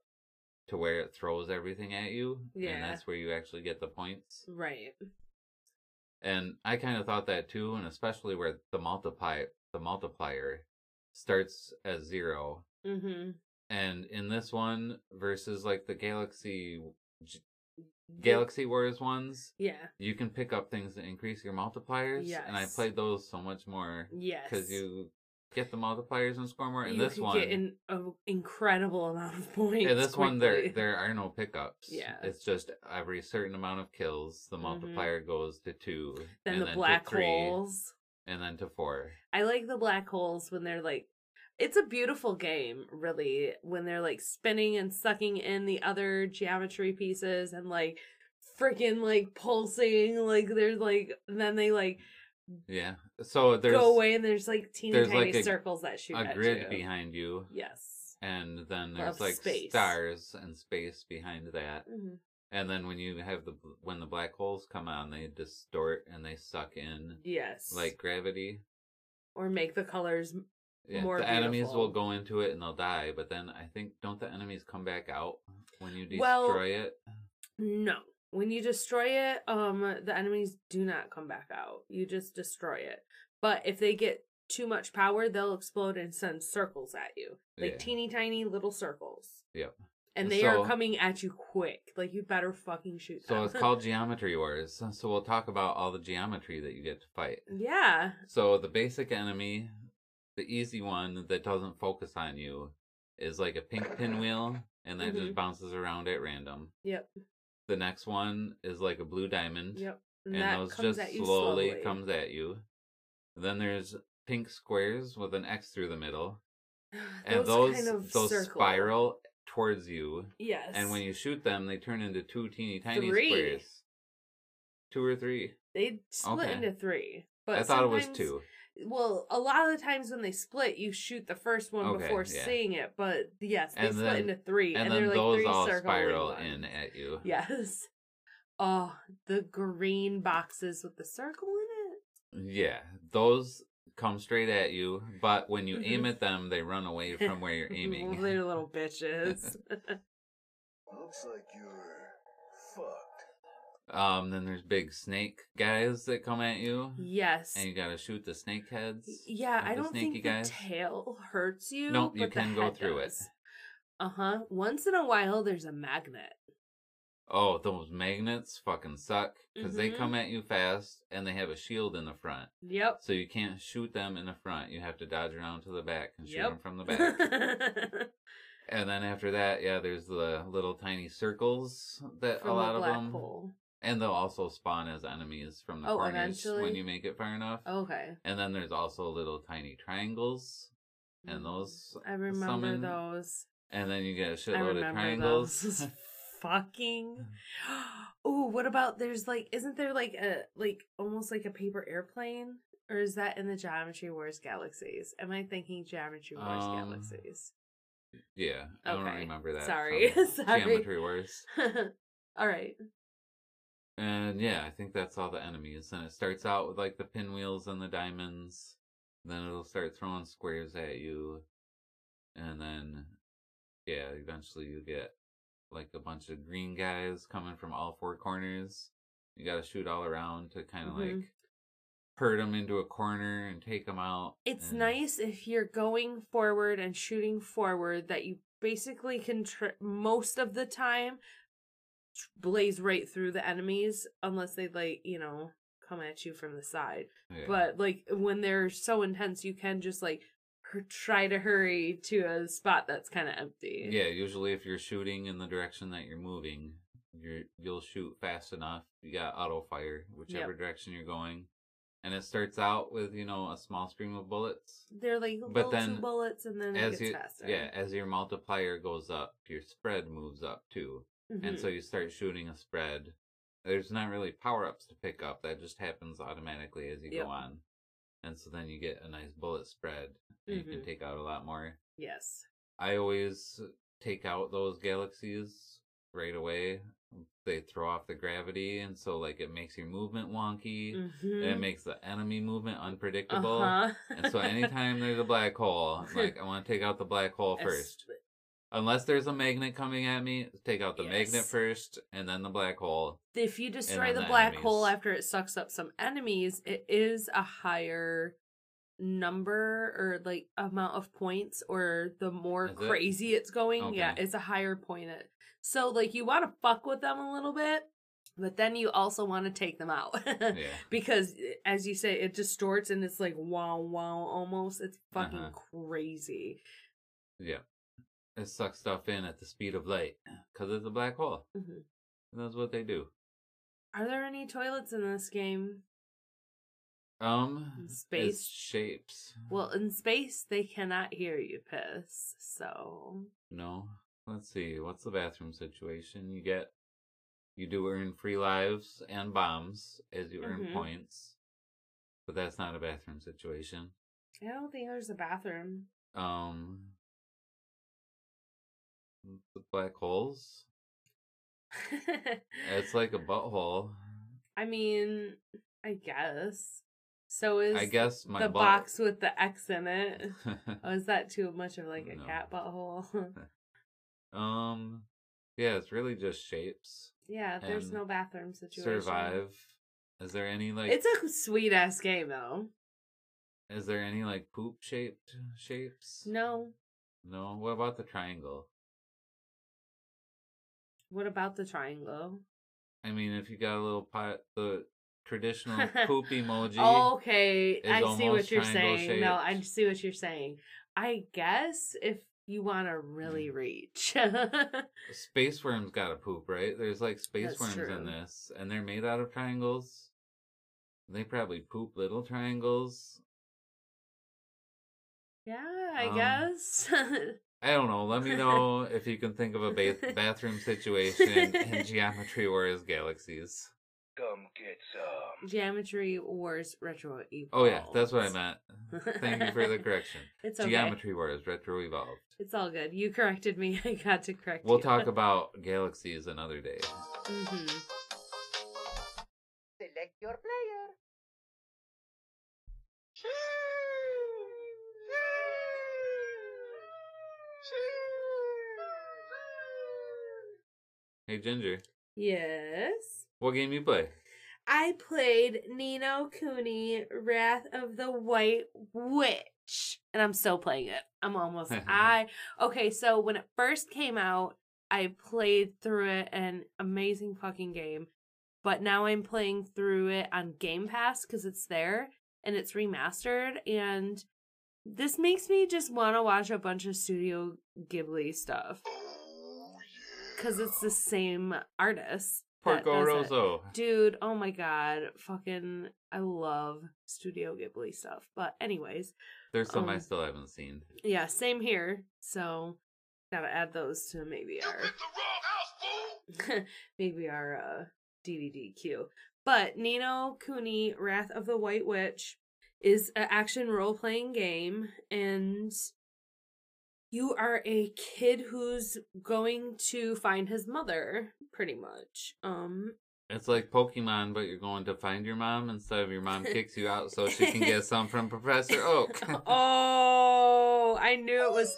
[SPEAKER 2] to where it throws everything at you.
[SPEAKER 3] Yeah.
[SPEAKER 2] And that's where you actually get the points.
[SPEAKER 3] Right.
[SPEAKER 2] And I kind of thought that too, and especially where the multiply the multiplier starts at zero,
[SPEAKER 3] Mm-hmm.
[SPEAKER 2] and in this one versus like the Galaxy Galaxy Wars ones,
[SPEAKER 3] Yeah.
[SPEAKER 2] you can pick up things to increase your multipliers. And I
[SPEAKER 3] Yes.
[SPEAKER 2] played those so much more
[SPEAKER 3] Yes.
[SPEAKER 2] because you get the multipliers and score more. And
[SPEAKER 3] you
[SPEAKER 2] this
[SPEAKER 3] could
[SPEAKER 2] one,
[SPEAKER 3] get an a incredible amount of points.
[SPEAKER 2] in this one, there
[SPEAKER 3] quickly.
[SPEAKER 2] there are no pickups.
[SPEAKER 3] Yeah.
[SPEAKER 2] it's just every certain amount of kills, the
[SPEAKER 3] Mhm.
[SPEAKER 2] multiplier goes to two,
[SPEAKER 3] then
[SPEAKER 2] and
[SPEAKER 3] the black
[SPEAKER 2] to three,
[SPEAKER 3] holes.
[SPEAKER 2] and then to four.
[SPEAKER 3] I like the black holes when they're like it's a beautiful game, really, when they're like spinning and sucking in the other geometry pieces and like freaking like pulsing like there's like and then they like
[SPEAKER 2] Yeah. So there's
[SPEAKER 3] go away and there's like teeny
[SPEAKER 2] there's,
[SPEAKER 3] tiny
[SPEAKER 2] like, a-
[SPEAKER 3] circles that shoot
[SPEAKER 2] a
[SPEAKER 3] at
[SPEAKER 2] grid
[SPEAKER 3] you.
[SPEAKER 2] behind you,
[SPEAKER 3] Yes.
[SPEAKER 2] and then
[SPEAKER 3] Love
[SPEAKER 2] there's like
[SPEAKER 3] space.
[SPEAKER 2] stars and space behind that,
[SPEAKER 3] Mhm.
[SPEAKER 2] And then when you have the when the black holes come on, they distort and they suck in
[SPEAKER 3] Yes.
[SPEAKER 2] like gravity.
[SPEAKER 3] or make the colors.
[SPEAKER 2] Yeah,
[SPEAKER 3] More
[SPEAKER 2] the enemies
[SPEAKER 3] beautiful.
[SPEAKER 2] will go into it and they'll die, but then I think don't the enemies come back out when you destroy
[SPEAKER 3] Well-
[SPEAKER 2] it?
[SPEAKER 3] No. When you destroy it, um the enemies do not come back out. You just destroy it. But if they get too much power, they'll explode and send circles at you. Like
[SPEAKER 2] Yeah.
[SPEAKER 3] teeny tiny little circles.
[SPEAKER 2] Yep.
[SPEAKER 3] And they
[SPEAKER 2] So-
[SPEAKER 3] are coming at you quick. Like you better fucking shoot them.
[SPEAKER 2] So it's called Geometry Wars. So we'll talk about all the geometry that you get to fight.
[SPEAKER 3] Yeah.
[SPEAKER 2] So the basic enemy, the easy one that doesn't focus on you, is like a pink pinwheel, and that just bounces around at random.
[SPEAKER 3] Mm-hmm. Yep.
[SPEAKER 2] The next one is like a blue diamond,
[SPEAKER 3] Yep.
[SPEAKER 2] and, those just slowly, comes at you. Then there's pink squares with an X through the middle, and those
[SPEAKER 3] kind of
[SPEAKER 2] those
[SPEAKER 3] circle.
[SPEAKER 2] spiral towards you.
[SPEAKER 3] Yes.
[SPEAKER 2] And when you shoot them, they turn into two teeny tiny
[SPEAKER 3] Three.
[SPEAKER 2] squares. Two or three.
[SPEAKER 3] they split
[SPEAKER 2] Okay.
[SPEAKER 3] into three. But
[SPEAKER 2] I thought it was
[SPEAKER 3] sometimes-
[SPEAKER 2] two.
[SPEAKER 3] Well, a lot of the times when they split, you shoot the first one
[SPEAKER 2] Okay,
[SPEAKER 3] before
[SPEAKER 2] yeah.
[SPEAKER 3] seeing it. But yes, they
[SPEAKER 2] And
[SPEAKER 3] split
[SPEAKER 2] then-
[SPEAKER 3] into three,
[SPEAKER 2] And,
[SPEAKER 3] and,
[SPEAKER 2] then
[SPEAKER 3] they're like
[SPEAKER 2] those
[SPEAKER 3] three
[SPEAKER 2] all
[SPEAKER 3] circling
[SPEAKER 2] spiral
[SPEAKER 3] one.
[SPEAKER 2] in at you.
[SPEAKER 3] Yes. Oh, the green boxes with the circle in it.
[SPEAKER 2] Yeah, those come straight at you, but when you aim
[SPEAKER 3] Mhm.
[SPEAKER 2] at them, they run away from where you're aiming.
[SPEAKER 3] they're little bitches.
[SPEAKER 4] Looks like you're fucked.
[SPEAKER 2] Um, then there's big snake guys that come at you,
[SPEAKER 3] yes.
[SPEAKER 2] and you gotta shoot the snake heads.
[SPEAKER 3] Yeah,
[SPEAKER 2] of
[SPEAKER 3] I
[SPEAKER 2] the
[SPEAKER 3] don't think
[SPEAKER 2] snaky guys.
[SPEAKER 3] the tail hurts you.
[SPEAKER 2] Nope, you
[SPEAKER 3] but the
[SPEAKER 2] can go
[SPEAKER 3] head
[SPEAKER 2] through it.
[SPEAKER 3] does. Uh huh. Once in a while, there's a magnet.
[SPEAKER 2] Oh, those magnets fucking suck because they
[SPEAKER 3] Mhm.
[SPEAKER 2] come at you fast, and they have a shield in the front,
[SPEAKER 3] Yep.
[SPEAKER 2] so you can't shoot them in the front. You have to dodge around to the back and shoot
[SPEAKER 3] Yep.
[SPEAKER 2] them from the back. and then after that, yeah, there's the little tiny circles that
[SPEAKER 3] From
[SPEAKER 2] a
[SPEAKER 3] the
[SPEAKER 2] lot of
[SPEAKER 3] black
[SPEAKER 2] them.
[SPEAKER 3] hole.
[SPEAKER 2] And they'll also spawn as enemies from the
[SPEAKER 3] Oh,
[SPEAKER 2] corners when
[SPEAKER 3] eventually? Oh.
[SPEAKER 2] you make it far enough.
[SPEAKER 3] Okay.
[SPEAKER 2] And then there's also little tiny triangles. And those
[SPEAKER 3] I remember
[SPEAKER 2] summon-
[SPEAKER 3] those.
[SPEAKER 2] And then you get a
[SPEAKER 3] Mm. I
[SPEAKER 2] shitload
[SPEAKER 3] remember
[SPEAKER 2] of triangles.
[SPEAKER 3] those. Fucking. Oh, what about there's like isn't there like a like almost like a paper airplane or is that in the Geometry Wars Galaxies? Am I thinking Geometry Wars
[SPEAKER 2] Um,
[SPEAKER 3] Galaxies?
[SPEAKER 2] yeah. I don't
[SPEAKER 3] Okay.
[SPEAKER 2] remember that.
[SPEAKER 3] Sorry.
[SPEAKER 2] from
[SPEAKER 3] Sorry.
[SPEAKER 2] Geometry Wars.
[SPEAKER 3] All right.
[SPEAKER 2] And yeah, I think that's all the enemies. And it starts out with like the pinwheels and the diamonds. Then it'll start throwing squares at you. And then, yeah, eventually you get like a bunch of green guys coming from all four corners. You gotta shoot all around to kind of
[SPEAKER 3] Mhm.
[SPEAKER 2] like herd them into a corner and take them out.
[SPEAKER 3] It's
[SPEAKER 2] and-
[SPEAKER 3] nice if you're going forward and shooting forward that you basically can tr- most of the time tr- blaze right through the enemies unless they like, you know, come at you from the side.
[SPEAKER 2] Yeah.
[SPEAKER 3] But like when they're so intense, you can just like hur- try to hurry to a spot that's kind of empty.
[SPEAKER 2] Yeah, usually if you're shooting in the direction that you're moving, you're you'll shoot fast enough. You got auto fire, whichever direction you're going. And it starts out with, you know, a small stream of bullets.
[SPEAKER 3] They're like
[SPEAKER 2] But
[SPEAKER 3] little
[SPEAKER 2] then
[SPEAKER 3] two bullets and then it
[SPEAKER 2] As
[SPEAKER 3] gets
[SPEAKER 2] you
[SPEAKER 3] faster.
[SPEAKER 2] Yeah, as your multiplier goes up, your spread moves up too. And
[SPEAKER 3] Mhm.
[SPEAKER 2] so you start shooting a spread. There's not really power ups to pick up. That just happens automatically as you
[SPEAKER 3] Yep.
[SPEAKER 2] go on. And so then you get a nice bullet spread and you
[SPEAKER 3] Mhm.
[SPEAKER 2] can take out a lot more.
[SPEAKER 3] Mm-hmm. yes.
[SPEAKER 2] I always take out those galaxies right away. They throw off the gravity, and so like it makes your movement wonky. and It
[SPEAKER 3] Mhm.
[SPEAKER 2] makes the enemy movement unpredictable.
[SPEAKER 3] Uh-huh.
[SPEAKER 2] And so anytime there's a black hole, I'm like I want to take out the black hole
[SPEAKER 3] As-
[SPEAKER 2] first. Unless there's a magnet coming at me, take out the magnet
[SPEAKER 3] Yes.
[SPEAKER 2] first and then the black hole.
[SPEAKER 3] if you destroy
[SPEAKER 2] on
[SPEAKER 3] the
[SPEAKER 2] the
[SPEAKER 3] black hole
[SPEAKER 2] enemies.
[SPEAKER 3] after it sucks up some enemies, it is a higher number or like amount of points or the more
[SPEAKER 2] Is it?
[SPEAKER 3] crazy it's going. Yeah,
[SPEAKER 2] Okay.
[SPEAKER 3] it's a higher point. It, so like you want to fuck with them a little bit, but then you also want to take them out.
[SPEAKER 2] Yeah.
[SPEAKER 3] Because eh, as you say, it distorts and it's like wow wow almost. It's fucking
[SPEAKER 2] Uh-huh.
[SPEAKER 3] crazy.
[SPEAKER 2] Yeah. It sucks stuff in at the speed of light because it's a black hole.
[SPEAKER 3] Mhm.
[SPEAKER 2] And that's what they do.
[SPEAKER 3] Are there any toilets in this game?
[SPEAKER 2] Um,
[SPEAKER 3] In
[SPEAKER 2] it's
[SPEAKER 3] space?
[SPEAKER 2] shapes.
[SPEAKER 3] Well, in space they cannot hear you piss. So
[SPEAKER 2] No. Let's see. What's the bathroom situation? You get, you do earn free lives and bombs as you earn
[SPEAKER 3] Mhm.
[SPEAKER 2] points, but that's not a bathroom situation.
[SPEAKER 3] I don't think there's a bathroom.
[SPEAKER 2] Um, the black holes. It's like a butthole.
[SPEAKER 3] I mean, I guess. So is
[SPEAKER 2] I guess my
[SPEAKER 3] the
[SPEAKER 2] butt-
[SPEAKER 3] box with the X in it. Oh, is that too much of like a
[SPEAKER 2] No.
[SPEAKER 3] cat butthole?
[SPEAKER 2] um, yeah, it's really just shapes.
[SPEAKER 3] yeah, there's
[SPEAKER 2] And
[SPEAKER 3] no bathroom situation.
[SPEAKER 2] Survive. Is there any like?
[SPEAKER 3] It's a sweet ass game though.
[SPEAKER 2] Is there any like poop shaped shapes?
[SPEAKER 3] No.
[SPEAKER 2] No. What about the triangle?
[SPEAKER 3] What about the triangle?
[SPEAKER 2] I mean, if you got a little pot, the traditional poop emoji.
[SPEAKER 3] Oh. Okay,
[SPEAKER 2] is
[SPEAKER 3] I see what
[SPEAKER 2] almost
[SPEAKER 3] you're
[SPEAKER 2] triangle
[SPEAKER 3] saying. No,
[SPEAKER 2] shaped.
[SPEAKER 3] I see what you're saying. I guess if you want to
[SPEAKER 2] Mm.
[SPEAKER 3] really reach.
[SPEAKER 2] Space worms got a poop, right? There's like space
[SPEAKER 3] That's
[SPEAKER 2] worms in
[SPEAKER 3] true.
[SPEAKER 2] this, and they're made out of triangles. They probably poop little triangles.
[SPEAKER 3] Yeah, I
[SPEAKER 2] Um,
[SPEAKER 3] guess.
[SPEAKER 2] I don't know. Let me know if you can think of a ba- bathroom situation in Geometry Wars Galaxies.
[SPEAKER 4] Come get some.
[SPEAKER 3] Geometry Wars Retro Evolved.
[SPEAKER 2] Oh yeah, that's what I meant. Thank you for the correction.
[SPEAKER 3] It's okay.
[SPEAKER 2] Geometry Wars Retro Evolved.
[SPEAKER 3] It's all good. You corrected me. I got to correct
[SPEAKER 2] We'll
[SPEAKER 3] you.
[SPEAKER 2] talk about galaxies another day.
[SPEAKER 3] hmm
[SPEAKER 6] Select your player.
[SPEAKER 2] Hey Ginger,
[SPEAKER 3] Yes.
[SPEAKER 2] what game you play?
[SPEAKER 3] I played Nino Cooney Wrath of the White Witch. And I'm still playing it. I'm almost I okay, so when it first came out, I played through it an amazing fucking game. But now I'm playing through it on Game Pass because it's there and it's remastered and this makes me just want to watch a bunch of Studio Ghibli stuff
[SPEAKER 5] Oh, yeah.
[SPEAKER 3] because it's the same artist. that
[SPEAKER 2] Porco
[SPEAKER 3] does it.
[SPEAKER 2] Rosso.
[SPEAKER 3] Dude, oh my god, fucking I love Studio Ghibli stuff. But anyways,
[SPEAKER 2] There's some I
[SPEAKER 3] um,
[SPEAKER 2] still haven't seen.
[SPEAKER 3] yeah, same here. So gotta add those to maybe
[SPEAKER 5] You picked
[SPEAKER 3] our
[SPEAKER 5] the wrong house, fool!
[SPEAKER 3] maybe our uh, DVD queue. But Nino Cooney Wrath of the White Witch is an action role playing game, and you are a kid who's going to find his mother, pretty much. Um,
[SPEAKER 2] It's like Pokemon, but you're going to find your mom instead of your mom kicks you out so she can get some from Professor Oak.
[SPEAKER 3] oh, I knew it was.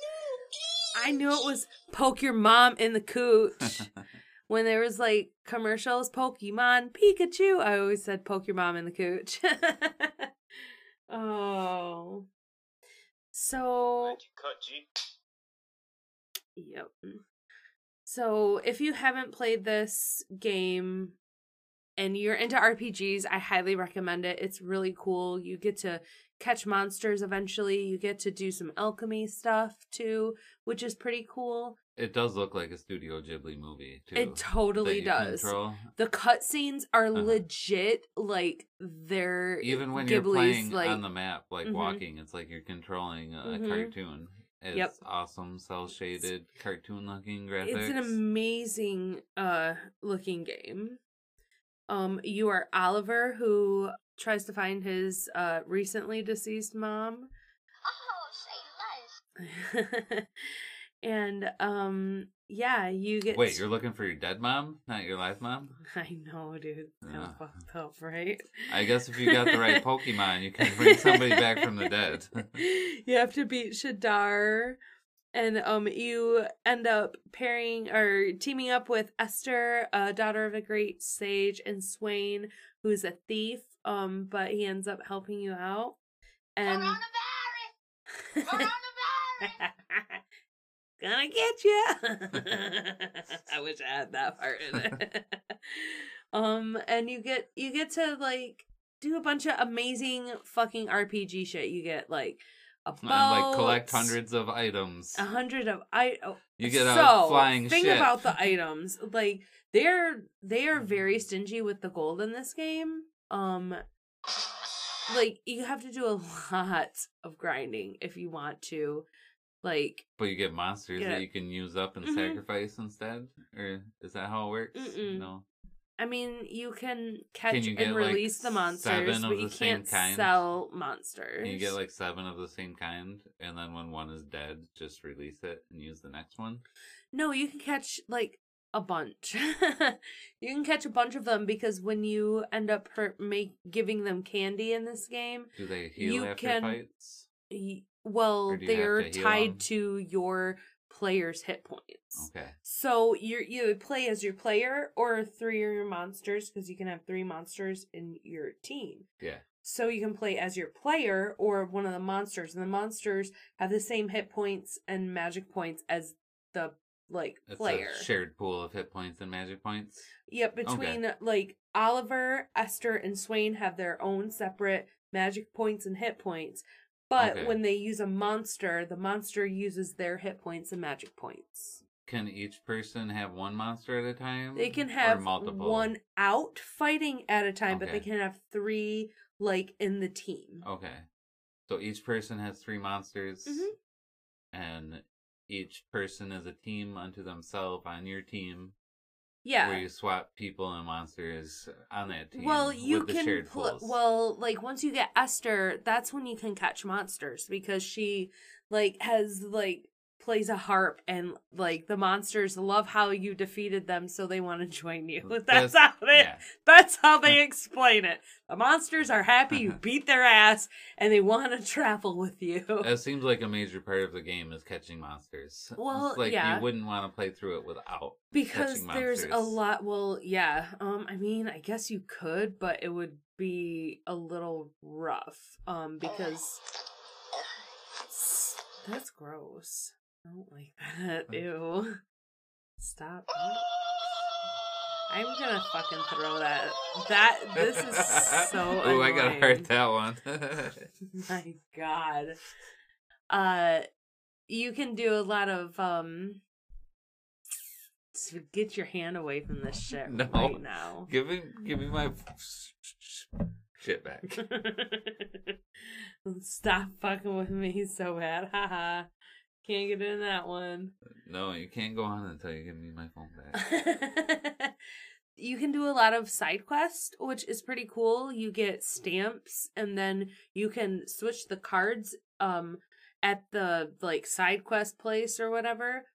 [SPEAKER 3] I knew it was poke your mom in the cooch. when there was like commercials, Pokemon, Pikachu. I always said poke your mom in the cooch. oh, so
[SPEAKER 1] Glad you cut, G.
[SPEAKER 3] Yep. So if you haven't played this game and you're into RPGs, I highly recommend it. It's really cool. You get to catch monsters eventually. You get to do some alchemy stuff too, which is pretty cool.
[SPEAKER 2] It does look like a Studio Ghibli movie too.
[SPEAKER 3] It totally
[SPEAKER 2] that you
[SPEAKER 3] does.
[SPEAKER 2] control.
[SPEAKER 3] The cutscenes are
[SPEAKER 2] Uh-huh.
[SPEAKER 3] legit like they're
[SPEAKER 2] Even when you're
[SPEAKER 3] Ghibli's,
[SPEAKER 2] playing
[SPEAKER 3] like,
[SPEAKER 2] on the map, like
[SPEAKER 3] Mhm.
[SPEAKER 2] walking, it's like you're controlling a
[SPEAKER 3] Mhm.
[SPEAKER 2] cartoon. It's
[SPEAKER 3] Yep.
[SPEAKER 2] awesome, cell shaded, cartoon looking graphics.
[SPEAKER 3] It's an amazing uh looking game. Um you are Oliver who tries to find his uh recently deceased mom
[SPEAKER 5] Oh, say less.
[SPEAKER 3] and um yeah, you get
[SPEAKER 2] Wait,
[SPEAKER 3] to-
[SPEAKER 2] you're looking for your dead mom, not your live mom?
[SPEAKER 3] I know, dude. I'm
[SPEAKER 2] Yeah.
[SPEAKER 3] fucked up, right?
[SPEAKER 2] Ah. I guess if you got the right Pokemon, you can bring somebody back from the dead.
[SPEAKER 3] you have to beat Shadar, and um, you end up pairing or teaming up with Esther, a daughter of a great sage, and Swain, who's a thief. Um, but he ends up helping you out, and
[SPEAKER 5] Coronavirus! Coronavirus!
[SPEAKER 3] Gonna get you. I wish I had that part in it. um, and you get you get to like do a bunch of amazing fucking RPG shit. You get like a boat,
[SPEAKER 2] And, like collect hundreds of items.
[SPEAKER 3] a hundred of I. Oh,
[SPEAKER 2] You get a
[SPEAKER 3] Uh-huh. so,
[SPEAKER 2] flying
[SPEAKER 3] Think
[SPEAKER 2] ship.
[SPEAKER 3] about the items. Like they're they are
[SPEAKER 2] Mm.
[SPEAKER 3] very stingy with the gold in this game. Um, like you have to do a lot of grinding if you want to, like
[SPEAKER 2] But you get monsters
[SPEAKER 3] Yeah.
[SPEAKER 2] that you can use up and
[SPEAKER 3] Mhm.
[SPEAKER 2] sacrifice instead, or is that how it works?
[SPEAKER 3] Mm-mm.
[SPEAKER 2] No,
[SPEAKER 3] I mean, you can catch
[SPEAKER 2] you get,
[SPEAKER 3] and
[SPEAKER 2] like,
[SPEAKER 3] release the monsters,
[SPEAKER 2] seven of
[SPEAKER 3] but you
[SPEAKER 2] the same
[SPEAKER 3] can't
[SPEAKER 2] kind?
[SPEAKER 3] sell monsters.
[SPEAKER 2] And you get like seven of the same kind, and then when one is dead, just release it and use the next one.
[SPEAKER 3] no, you can catch like a bunch. you can catch a bunch of them because when you end up hurt, make giving them candy in this game,
[SPEAKER 2] Do they heal
[SPEAKER 3] You
[SPEAKER 2] after
[SPEAKER 3] can-
[SPEAKER 2] fights?
[SPEAKER 3] y- well,
[SPEAKER 2] Or do you have
[SPEAKER 3] they're
[SPEAKER 2] to heal
[SPEAKER 3] tied
[SPEAKER 2] 'em?
[SPEAKER 3] to your player's hit points.
[SPEAKER 2] Okay.
[SPEAKER 3] So you're you either play as your player or three of your monsters because you can have three monsters in your team.
[SPEAKER 2] Yeah.
[SPEAKER 3] So you can play as your player or one of the monsters, and the monsters have the same hit points and magic points as the like
[SPEAKER 2] It's
[SPEAKER 3] player.
[SPEAKER 2] a shared pool of hit points and magic points.
[SPEAKER 3] Yep, between like Oliver, Esther, and Swain have their own separate magic points and hit points. But
[SPEAKER 2] Okay.
[SPEAKER 3] when they use a monster, the monster uses their hit points and magic points.
[SPEAKER 2] Can each person have one monster at a time?
[SPEAKER 3] They can
[SPEAKER 2] Or
[SPEAKER 3] have one out fighting at a time, but they
[SPEAKER 2] Okay. Oh,
[SPEAKER 3] can have three like in the team.
[SPEAKER 2] Okay. So each person has three monsters,
[SPEAKER 3] Mhm.
[SPEAKER 2] and each person is a team unto themselves on your team, where
[SPEAKER 3] Yeah.
[SPEAKER 2] you swap people and monsters on that team.
[SPEAKER 3] Well, you
[SPEAKER 2] with the
[SPEAKER 3] can
[SPEAKER 2] shared
[SPEAKER 3] pl-
[SPEAKER 2] pools.
[SPEAKER 3] well, like once you get Esther, that's when you can catch monsters because she like has like plays a harp and like the monsters love how you defeated them so they want to join you.
[SPEAKER 2] Mm,
[SPEAKER 3] That's,
[SPEAKER 2] That's-
[SPEAKER 3] how they
[SPEAKER 2] yeah.
[SPEAKER 3] that's how they explain it. The monsters are happy you beat their ass and they want to travel with you.
[SPEAKER 2] That seems like a major part of the game is catching monsters.
[SPEAKER 3] Well,
[SPEAKER 2] it's like
[SPEAKER 3] yeah.
[SPEAKER 2] you wouldn't want to play through it without.
[SPEAKER 3] because
[SPEAKER 2] catching
[SPEAKER 3] there's a
[SPEAKER 2] monsters.
[SPEAKER 3] lot well yeah um i mean i guess you could but it would be a little rough um because that's gross i don't like that ew stop i'm gonna fucking throw that that this is so
[SPEAKER 2] Oh, I gotta
[SPEAKER 3] annoying
[SPEAKER 2] hurt that one.
[SPEAKER 3] my god uh you can do a lot of um s- get your hand away from this shit
[SPEAKER 2] No.
[SPEAKER 3] right now
[SPEAKER 2] give me, give me my shit back.
[SPEAKER 3] stop fucking with me so bad haha can't get in that one
[SPEAKER 2] No, you can't go on until you give me my phone back.
[SPEAKER 3] you can do a lot of side quests, which is pretty cool. You get stamps and then you can switch the cards um at the like side quest place or whatever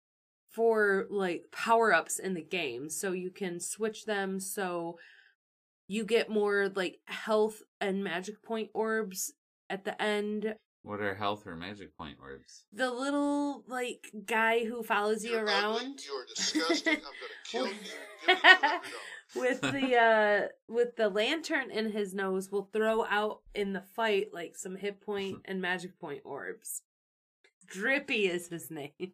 [SPEAKER 3] for like power-ups in the game. So you can switch them so you get more like health and magic point orbs at the end.
[SPEAKER 2] What are health or magic point orbs?
[SPEAKER 3] The little like guy who follows you
[SPEAKER 7] You're ugly,
[SPEAKER 3] around.
[SPEAKER 7] You're disgusting. I'm gonna kill you.
[SPEAKER 3] With-
[SPEAKER 7] and give you your every dollar.
[SPEAKER 3] with the uh with the lantern in his nose will throw out in the fight like some hit point and magic point orbs drippy is his name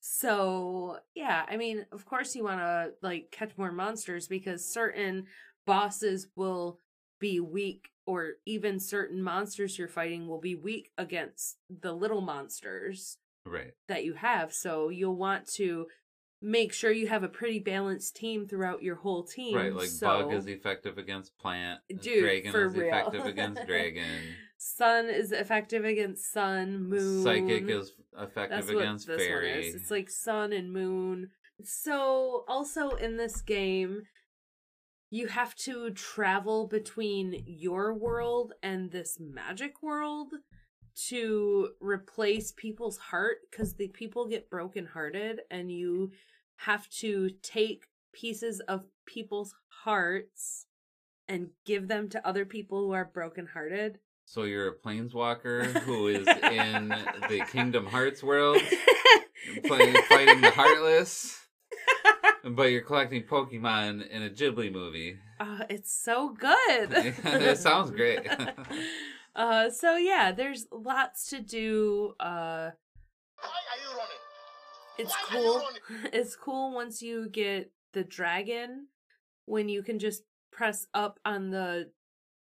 [SPEAKER 3] so yeah i mean of course you want to like catch more monsters because certain bosses will be weak or even certain monsters you're fighting will be weak against the little monsters
[SPEAKER 2] Right.
[SPEAKER 3] that you have. So you'll want to make sure you have a pretty balanced team throughout your whole team.
[SPEAKER 2] Right, like
[SPEAKER 3] so
[SPEAKER 2] bug is e effective against plant. uh,
[SPEAKER 3] Dude,
[SPEAKER 2] dragon
[SPEAKER 3] for
[SPEAKER 2] is
[SPEAKER 3] real.
[SPEAKER 2] effective against dragon.
[SPEAKER 3] sun is effective against sun, moon.
[SPEAKER 2] Psychic is effective
[SPEAKER 3] That's what
[SPEAKER 2] against
[SPEAKER 3] this
[SPEAKER 2] fairy.
[SPEAKER 3] one is. It's like sun and moon. So also in this game, you have to travel between your world and this magic world to replace people's heart because the people get brokenhearted and you have to take pieces of people's hearts and give them to other people who are brokenhearted.
[SPEAKER 2] so you're a planeswalker who is in the Kingdom Hearts world, playing fighting the heartless, but you're collecting Pokemon in a Ghibli movie.
[SPEAKER 3] Uh, it's so good.
[SPEAKER 2] That sounds great.
[SPEAKER 3] uh, so yeah, there's lots to do. Uh,
[SPEAKER 7] Why are you running?
[SPEAKER 3] it's
[SPEAKER 7] Why are you
[SPEAKER 3] cool.
[SPEAKER 7] running?
[SPEAKER 3] It's cool once you get the dragon, when you can just press up on the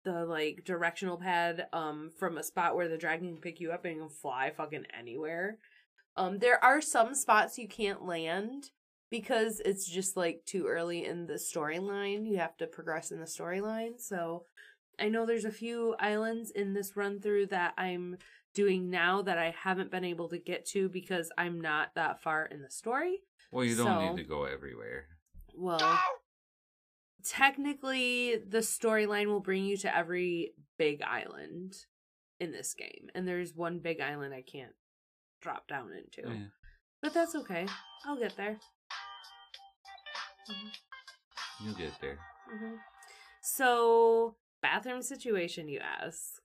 [SPEAKER 3] the like directional pad um from a spot where the dragon can pick you up and you can fly fucking anywhere. Um, there are some spots you can't land because it's just like too early in the storyline. You have to progress in the storyline. So I know there's a few islands in this run through that I'm doing now that I haven't been able to get to because I'm not that far in the story.
[SPEAKER 2] Well, you don't
[SPEAKER 3] So-
[SPEAKER 2] need to go everywhere.
[SPEAKER 3] Well, technically, the storyline will bring you to every big island in this game, and there's one big island I can't drop down into.
[SPEAKER 2] Yeah.
[SPEAKER 3] But that's okay. I'll get there.
[SPEAKER 2] You'll get there.
[SPEAKER 3] hmm So, bathroom situation, you ask.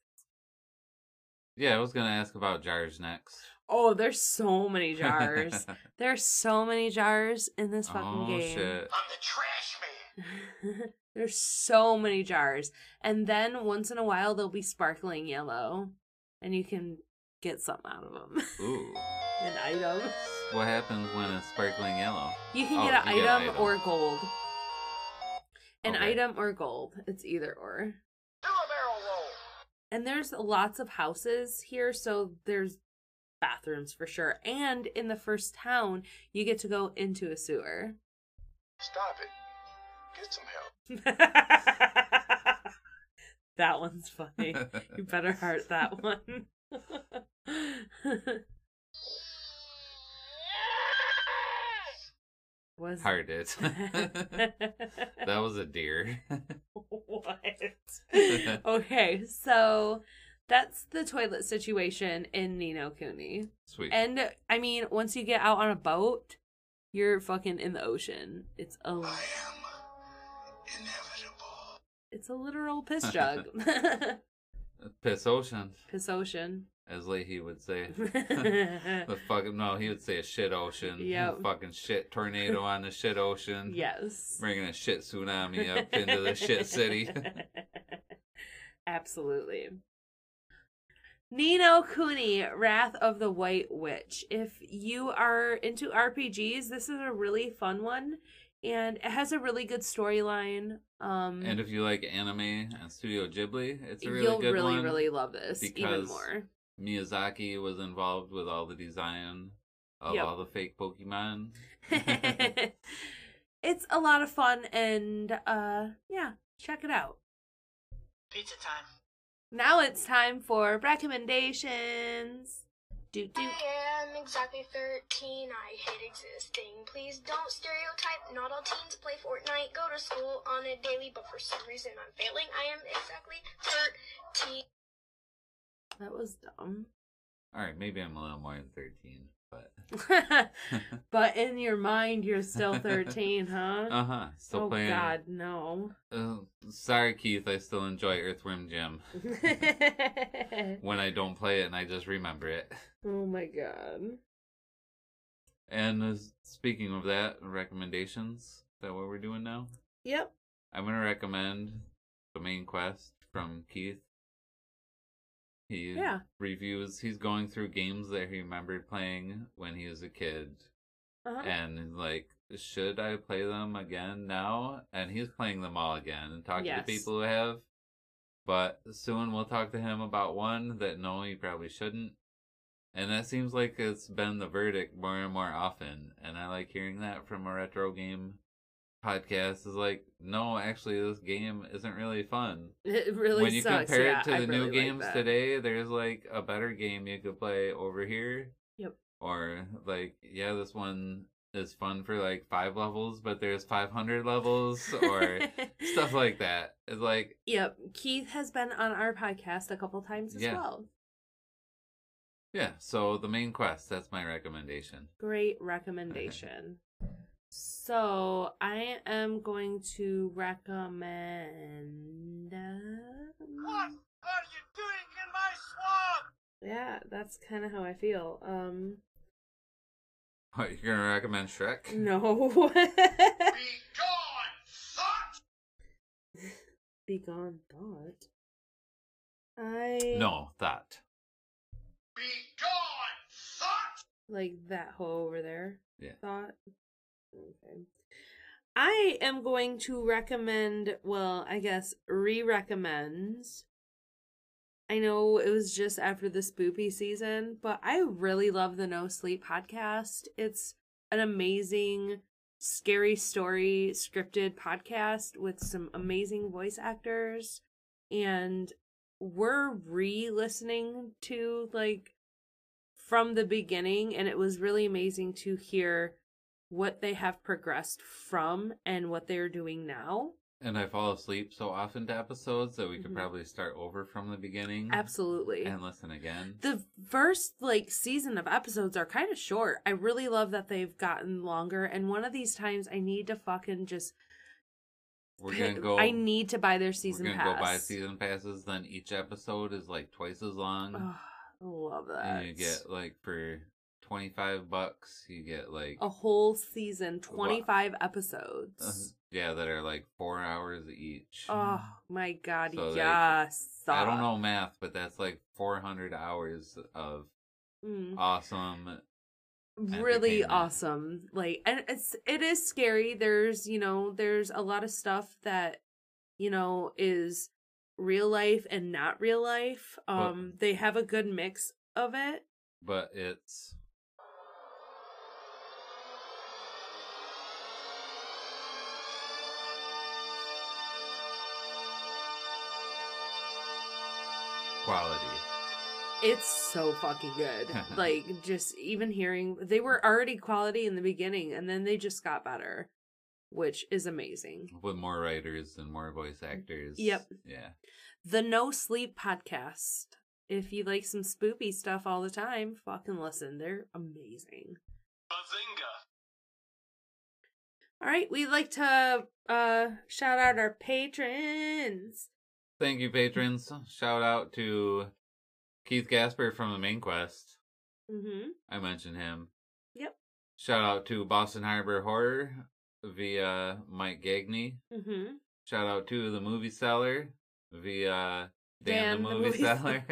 [SPEAKER 2] Yeah, I was gonna ask about jars next.
[SPEAKER 3] Oh, there's so many jars. there's so many jars in this fucking
[SPEAKER 2] oh
[SPEAKER 3] game.
[SPEAKER 2] shit!
[SPEAKER 7] I'm the trash man.
[SPEAKER 3] There's so many jars. And then once in a while, they'll be sparkling yellow. And you can get something out of them.
[SPEAKER 2] Ooh,
[SPEAKER 3] An item.
[SPEAKER 2] what happens when it's sparkling yellow?
[SPEAKER 3] You can
[SPEAKER 2] Oh,
[SPEAKER 3] get, an,
[SPEAKER 2] you get an
[SPEAKER 3] item
[SPEAKER 2] item.
[SPEAKER 3] or gold. An
[SPEAKER 2] Okay.
[SPEAKER 3] item or gold. It's either or.
[SPEAKER 7] Do a barrel roll.
[SPEAKER 3] And there's lots of houses here, so there's bathrooms for sure. And in the first town, you get to go into a sewer.
[SPEAKER 7] Stop it. Get some help.
[SPEAKER 3] that one's funny. You better heart that one. Was
[SPEAKER 2] Hard it. that was a deer.
[SPEAKER 3] what? okay, so that's the toilet situation in Nino Cooney.
[SPEAKER 2] Sweet.
[SPEAKER 3] And I mean, once you get out on a boat, you're fucking in the ocean. It's a
[SPEAKER 7] I am inevitable.
[SPEAKER 3] it's a literal piss jug.
[SPEAKER 2] Piss ocean,
[SPEAKER 3] piss ocean.
[SPEAKER 2] as Leahy would say. the fucking no, he would say a shit ocean.
[SPEAKER 3] Yep.
[SPEAKER 2] Fucking shit tornado on the shit ocean.
[SPEAKER 3] yes.
[SPEAKER 2] Bringing a shit tsunami up into the shit city.
[SPEAKER 3] Absolutely. Nino Cooney, Wrath of the White Witch. If you are into RPGs, this is a really fun one. And it has a really good storyline. Um
[SPEAKER 2] and if you like anime and Studio Ghibli, it's a really
[SPEAKER 3] you'll
[SPEAKER 2] good
[SPEAKER 3] really,
[SPEAKER 2] one.
[SPEAKER 3] really love this even
[SPEAKER 2] because-
[SPEAKER 3] more.
[SPEAKER 2] Miyazaki was involved with all the design of
[SPEAKER 3] Yep.
[SPEAKER 2] all the fake Pokemon.
[SPEAKER 3] it's a lot of fun and uh yeah, check it out.
[SPEAKER 4] Pizza time.
[SPEAKER 3] Now it's time for recommendations. Doot doot.
[SPEAKER 5] I am exactly 13. I hate existing. Please don't stereotype. Not all teens play Fortnite, go to school on a daily, but for some reason I'm failing. I am exactly 13.
[SPEAKER 3] That was dumb.
[SPEAKER 2] All right, maybe I'm a little more than 13, but
[SPEAKER 3] but in your mind, you're still 13, huh?
[SPEAKER 2] uh huh, still
[SPEAKER 3] oh,
[SPEAKER 2] playing.
[SPEAKER 3] God, no.
[SPEAKER 2] Uh, sorry, Keith, I still enjoy Earthworm Jim when I don't play it and I just remember it.
[SPEAKER 3] oh, my God.
[SPEAKER 2] And uh, speaking of that, recommendations. Is that what we're doing now?
[SPEAKER 3] Yep.
[SPEAKER 2] I'm gonna recommend the main quest from Keith. He
[SPEAKER 3] Yeah.
[SPEAKER 2] reviews. He's going through games that he remembered playing when he was a kid,
[SPEAKER 3] Uh-huh.
[SPEAKER 2] and he's like, should I play them again now? And he's playing them all again and talking
[SPEAKER 3] Yes.
[SPEAKER 2] to people who have. But soon we'll talk to him about one that no, he probably shouldn't. And that seems like it's been the verdict more and more often. And I like hearing that from a retro game podcast. Is like, no, actually, this game isn't really fun.
[SPEAKER 3] It really
[SPEAKER 2] when you
[SPEAKER 3] sucks.
[SPEAKER 2] compare
[SPEAKER 3] yeah,
[SPEAKER 2] it to
[SPEAKER 3] I
[SPEAKER 2] the new
[SPEAKER 3] really like
[SPEAKER 2] games
[SPEAKER 3] that.
[SPEAKER 2] today, there's like a better game you could play over here.
[SPEAKER 3] Yep.
[SPEAKER 2] Or like, yeah, this one is fun for like five levels, but there's 500 levels or stuff like that. It's like,
[SPEAKER 3] Yep. Keith has been on our podcast a couple times as
[SPEAKER 2] Yeah.
[SPEAKER 3] well.
[SPEAKER 2] yeah. So the main quest, that's my recommendation.
[SPEAKER 3] Great recommendation. So I am going to recommend. uh,
[SPEAKER 7] What are you doing in my swamp?
[SPEAKER 3] Yeah, that's kind of how I feel. Um,
[SPEAKER 2] What you're gonna recommend, Shrek?
[SPEAKER 3] no.
[SPEAKER 7] Be gone, thought.
[SPEAKER 3] Be gone, thought. I
[SPEAKER 2] No, that.
[SPEAKER 7] Be gone, thought.
[SPEAKER 3] like that hole over there.
[SPEAKER 2] Yeah.
[SPEAKER 3] Thought. Okay. I am going to recommend. Well, I guess re-recommends. I know it was just after the spoopy season, but I really love the No Sleep podcast. It's an amazing scary story scripted podcast with some amazing voice actors and we're re-listening to like from the beginning and it was really amazing to hear what they have progressed from and what they're doing now
[SPEAKER 2] And I fall asleep so often to episodes that we could
[SPEAKER 3] Mhm.
[SPEAKER 2] probably start over from the beginning
[SPEAKER 3] Absolutely.
[SPEAKER 2] Mm. and listen again.
[SPEAKER 3] the first like season of episodes are kind of short. I really love that they've gotten longer. And one of these times, I need to fucking just.
[SPEAKER 2] We're gonna go.
[SPEAKER 3] I need to buy their season
[SPEAKER 2] We're gonna
[SPEAKER 3] pass.
[SPEAKER 2] go buy season passes. Then each episode is like twice as long.
[SPEAKER 3] Ugh, I love that.
[SPEAKER 2] and you get like for twenty five bucks, you get like uh,
[SPEAKER 3] a whole season, twenty five episodes.
[SPEAKER 2] yeah that are like four hours each.
[SPEAKER 3] Oh my god,
[SPEAKER 2] Uh-huh. Mm. So, like,
[SPEAKER 3] yes.
[SPEAKER 2] I don't know math, but that's like four hundred hours of
[SPEAKER 3] Mm.
[SPEAKER 2] awesome.
[SPEAKER 3] really
[SPEAKER 2] entertainment.
[SPEAKER 3] awesome. Like and it's it is scary. There's, you know, there's a lot of stuff that you know is real life and not real life. Um they have a good mix of it.
[SPEAKER 2] But it's quality.
[SPEAKER 3] It's so fucking good. like just even hearing they were already quality in the beginning and then they just got better, which is amazing.
[SPEAKER 2] with more writers and more voice actors.
[SPEAKER 3] Yep.
[SPEAKER 2] Yeah.
[SPEAKER 3] The No Sleep Podcast. If you like some spoopy stuff all the time, fucking listen. They're amazing.
[SPEAKER 7] Bazinga.
[SPEAKER 3] All right, we'd like to uh shout out our patrons.
[SPEAKER 2] Thank you, patrons. Shout out to Keith Gasper from the Main Quest.
[SPEAKER 3] Mm-hmm.
[SPEAKER 2] I mentioned him.
[SPEAKER 3] Yep.
[SPEAKER 2] Shout out to Boston Harbor Horror via Mike Gagney.
[SPEAKER 3] Mm-hmm.
[SPEAKER 2] Shout out to the Movie Seller via Dan, the Movie Seller.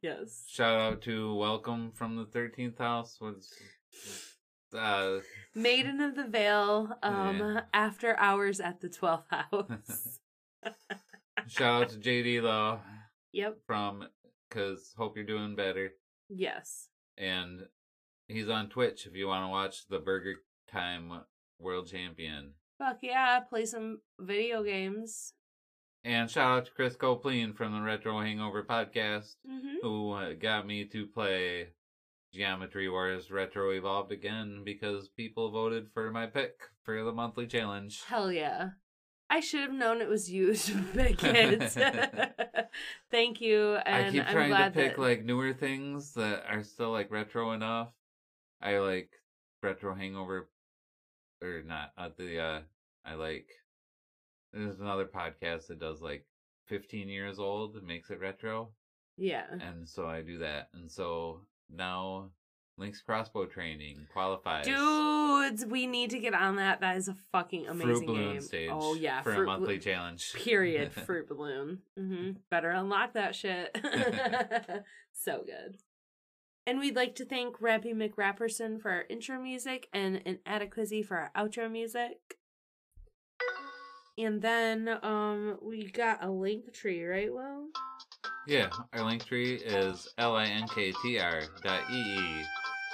[SPEAKER 3] yes.
[SPEAKER 2] Shout out to Welcome from the Thirteenth House. Was uh,
[SPEAKER 3] Maiden of the Veil, um,
[SPEAKER 2] Yeah.
[SPEAKER 3] after hours at the 12th house.
[SPEAKER 2] shout out to JD though
[SPEAKER 3] yep.
[SPEAKER 2] from because hope you're doing better.
[SPEAKER 3] Yes.
[SPEAKER 2] and he's on Twitch if you want to watch the Burger Time World Champion.
[SPEAKER 3] Fuck yeah, play some video games.
[SPEAKER 2] And shout out to Chris Copeland from the Retro Hangover podcast,
[SPEAKER 3] Mm-hmm.
[SPEAKER 2] who uh, got me to play Geometry Wars Retro Evolved again because people voted for my pick for the monthly challenge.
[SPEAKER 3] Hell yeah. I should have known it was you to pick it. Thank you. And
[SPEAKER 2] I keep
[SPEAKER 3] am
[SPEAKER 2] trying to
[SPEAKER 3] glad
[SPEAKER 2] pick
[SPEAKER 3] that...
[SPEAKER 2] like newer things that are still like retro enough. I like retro hangover, or not uh, the. uh I like. There's another podcast that does like 15 years old and makes it retro,
[SPEAKER 3] Yeah.
[SPEAKER 2] and so I do that, and so now Link's crossbow training qualifies.
[SPEAKER 3] Dudes, we need to get on that. That is a fucking amazing
[SPEAKER 2] Fruit balloon
[SPEAKER 3] game.
[SPEAKER 2] stage.
[SPEAKER 3] oh yeah,
[SPEAKER 2] for a
[SPEAKER 3] Fruit
[SPEAKER 2] monthly
[SPEAKER 3] Balloon-
[SPEAKER 2] challenge.
[SPEAKER 3] period. Fruit balloon. hmm Better unlock that shit. so good. And we'd like to thank Rappy McRapperson for our intro music and Inadequacy for our outro music. And then um we got a link tree, right? Well,
[SPEAKER 2] Yeah, our link tree is linktr dot ee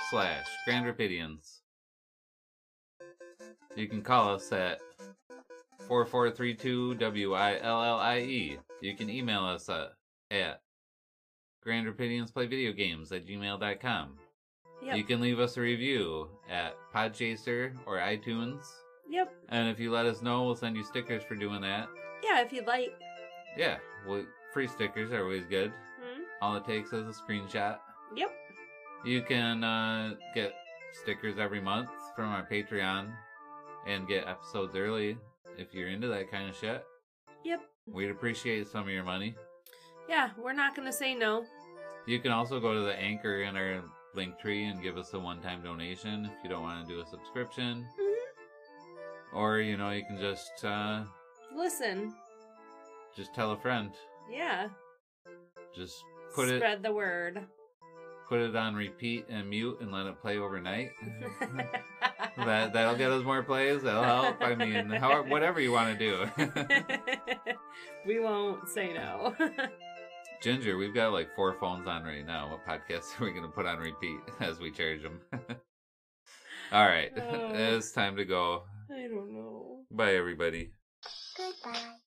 [SPEAKER 2] slash Grand Rapidians. You can call us at 4432-WILLIE. E. You can email us at, at grandrapidiansplayvideogames at gmail.com.
[SPEAKER 3] yep,
[SPEAKER 2] You can leave us a review at Podchaser or iTunes.
[SPEAKER 3] yep,
[SPEAKER 2] And if you let us know, we'll send you stickers for doing that.
[SPEAKER 3] yeah. If you'd like,
[SPEAKER 2] Yeah, well, free stickers are always good.
[SPEAKER 3] hmm
[SPEAKER 2] All it takes is a screenshot.
[SPEAKER 3] yep,
[SPEAKER 2] You can uh, get stickers every month from our Patreon and get episodes early if you're into that kind of shit.
[SPEAKER 3] yep,
[SPEAKER 2] We'd appreciate some of your money.
[SPEAKER 3] yeah. We're not gonna say no.
[SPEAKER 2] You can also go to the anchor in our link tree and give us a one time donation if you don't want to do a subscription.
[SPEAKER 3] Mm-hmm.
[SPEAKER 2] Or, you know, you can just uh,
[SPEAKER 3] Listen,
[SPEAKER 2] just tell a friend.
[SPEAKER 3] yeah.
[SPEAKER 2] Just put it
[SPEAKER 3] Spread the word.
[SPEAKER 2] put it on repeat and mute and let it play overnight. that that'll get us more plays. That'll help. I mean, how, whatever you want to do.
[SPEAKER 3] we won't say no.
[SPEAKER 2] Ginger, we've got like four phones on right now. What podcasts are we going to put on repeat as we charge them? All right,
[SPEAKER 3] Oh.
[SPEAKER 2] it's time to go.
[SPEAKER 3] I don't know.
[SPEAKER 2] Bye, everybody.
[SPEAKER 5] Goodbye.